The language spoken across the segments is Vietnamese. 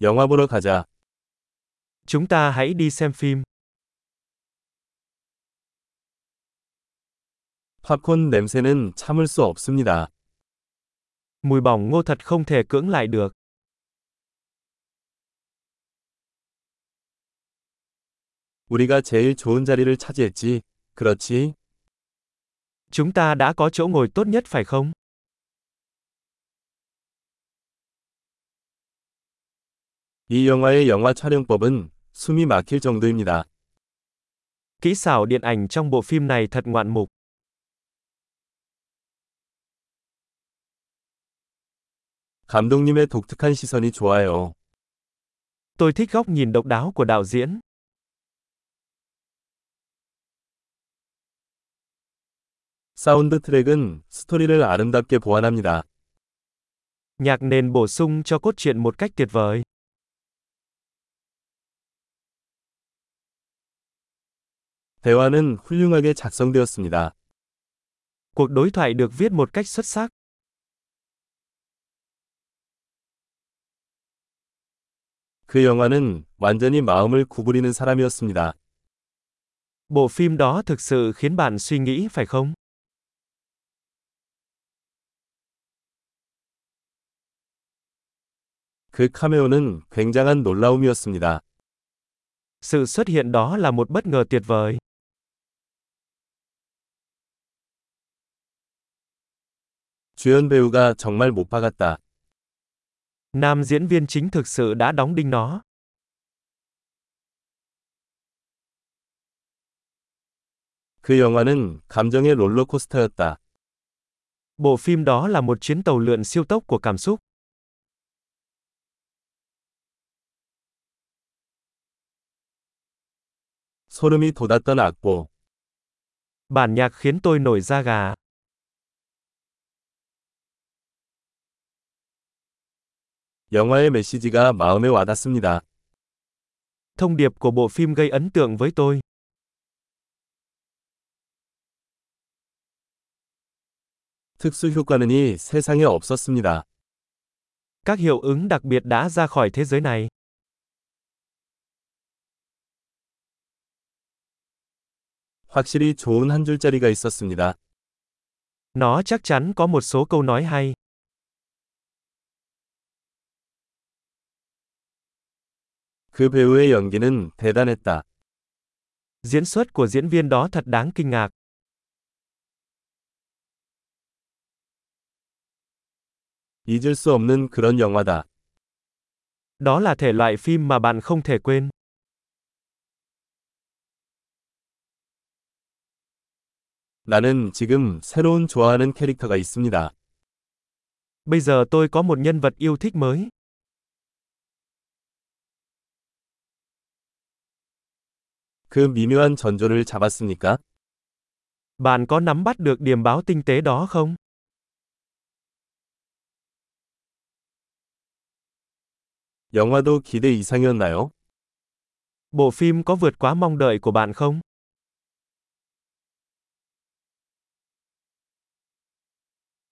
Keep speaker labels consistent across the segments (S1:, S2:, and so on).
S1: 영화 보러 가자.
S2: Chúng ta hãy đi xem phim.
S1: 팝콘 냄새는 참을 수 없습니다.
S2: Mùi bỏng ngô thật không thể cưỡng lại được.
S1: 우리가 제일 좋은 자리를 차지했지. 그렇지?
S2: Chúng ta đã có chỗ ngồi tốt nhất phải không?
S1: 이 영화의 영화 촬영법은 숨이 막힐 정도입니다.
S2: Kỹ xảo điện ảnh trong bộ phim này thật ngoạn mục.
S1: 감독님의 독특한 시선이 좋아요.
S2: Tôi thích góc nhìn độc đáo của đạo diễn.
S1: 사운드 트랙은 스토리를 아름답게 보완합니다.
S2: Nhạc nền bổ sung cho cốt truyện một cách tuyệt vời.
S1: 대화는 훌륭하게 작성되었습니다.
S2: Cuộc đối thoại được viết một cách xuất sắc.
S1: 그 영화는 완전히 마음을 구부리는 사람이었습니다.
S2: Bộ phim đó thực sự khiến bạn suy nghĩ phải không?
S1: 그 카메오는 굉장한 놀라움이었습니다.
S2: Sự xuất hiện đó là một bất ngờ tuyệt vời.
S1: 주연 배우가 정말 못 박았다.
S2: Nam diễn viên chính thực sự đã đóng đinh nó.
S1: 그 영화는 감정의 롤러코스터였다.
S2: Bộ phim đó là một chuyến tàu lượn siêu tốc của cảm xúc.
S1: 소름이 돋았던 악보.
S2: Bản nhạc khiến tôi nổi da gà.
S1: 영화의 메시지가 마음에 와닿습니다.
S2: Thông điệp của bộ phim gây ấn tượng với tôi.
S1: 특수 효과는 이 세상에 없었습니다.
S2: Các hiệu ứng đặc biệt đã ra khỏi thế giới này.
S1: 확실히 좋은 한 줄짜리가 있었습니다.
S2: Nó chắc chắn có một số câu nói hay.
S1: 그 배우의 연기는 대단했다.
S2: Diễn xuất của diễn viên đó thật đáng kinh ngạc.
S1: 잊을 수 없는 그런 영화다.
S2: Đó là thể loại phim mà bạn không thể quên.
S1: 나는 지금 새로운 좋아하는 캐릭터가 있습니다.
S2: Bây giờ tôi có một nhân vật yêu thích mới.
S1: 그 미묘한 전조를 잡았습니까?
S2: Bạn có nắm bắt được điểm báo tinh tế đó không?
S1: 영화도 기대 이상이었나요?
S2: Bộ phim có vượt quá mong đợi của bạn không?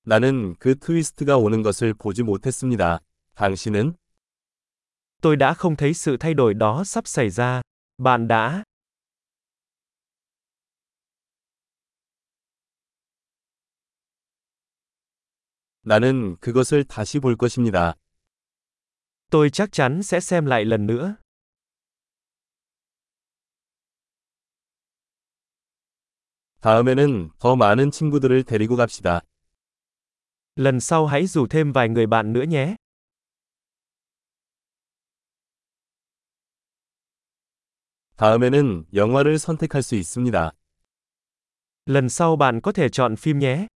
S1: 나는 그 트위스트가 오는 것을 보지 못했습니다. 당신은?
S2: Tôi đã không thấy sự thay đổi đó sắp xảy ra. Bạn đã
S1: 나는 그것을 다시 볼 것입니다.
S2: Tôi chắc chắn sẽ xem lại lần nữa.
S1: 다음에는 더 많은 친구들을 데리고 갑시다.
S2: Lần sau hãy rủ thêm vài người bạn nữa nhé.
S1: 다음에는 영화를 선택할 수 있습니다.
S2: Lần sau bạn có thể chọn phim nhé.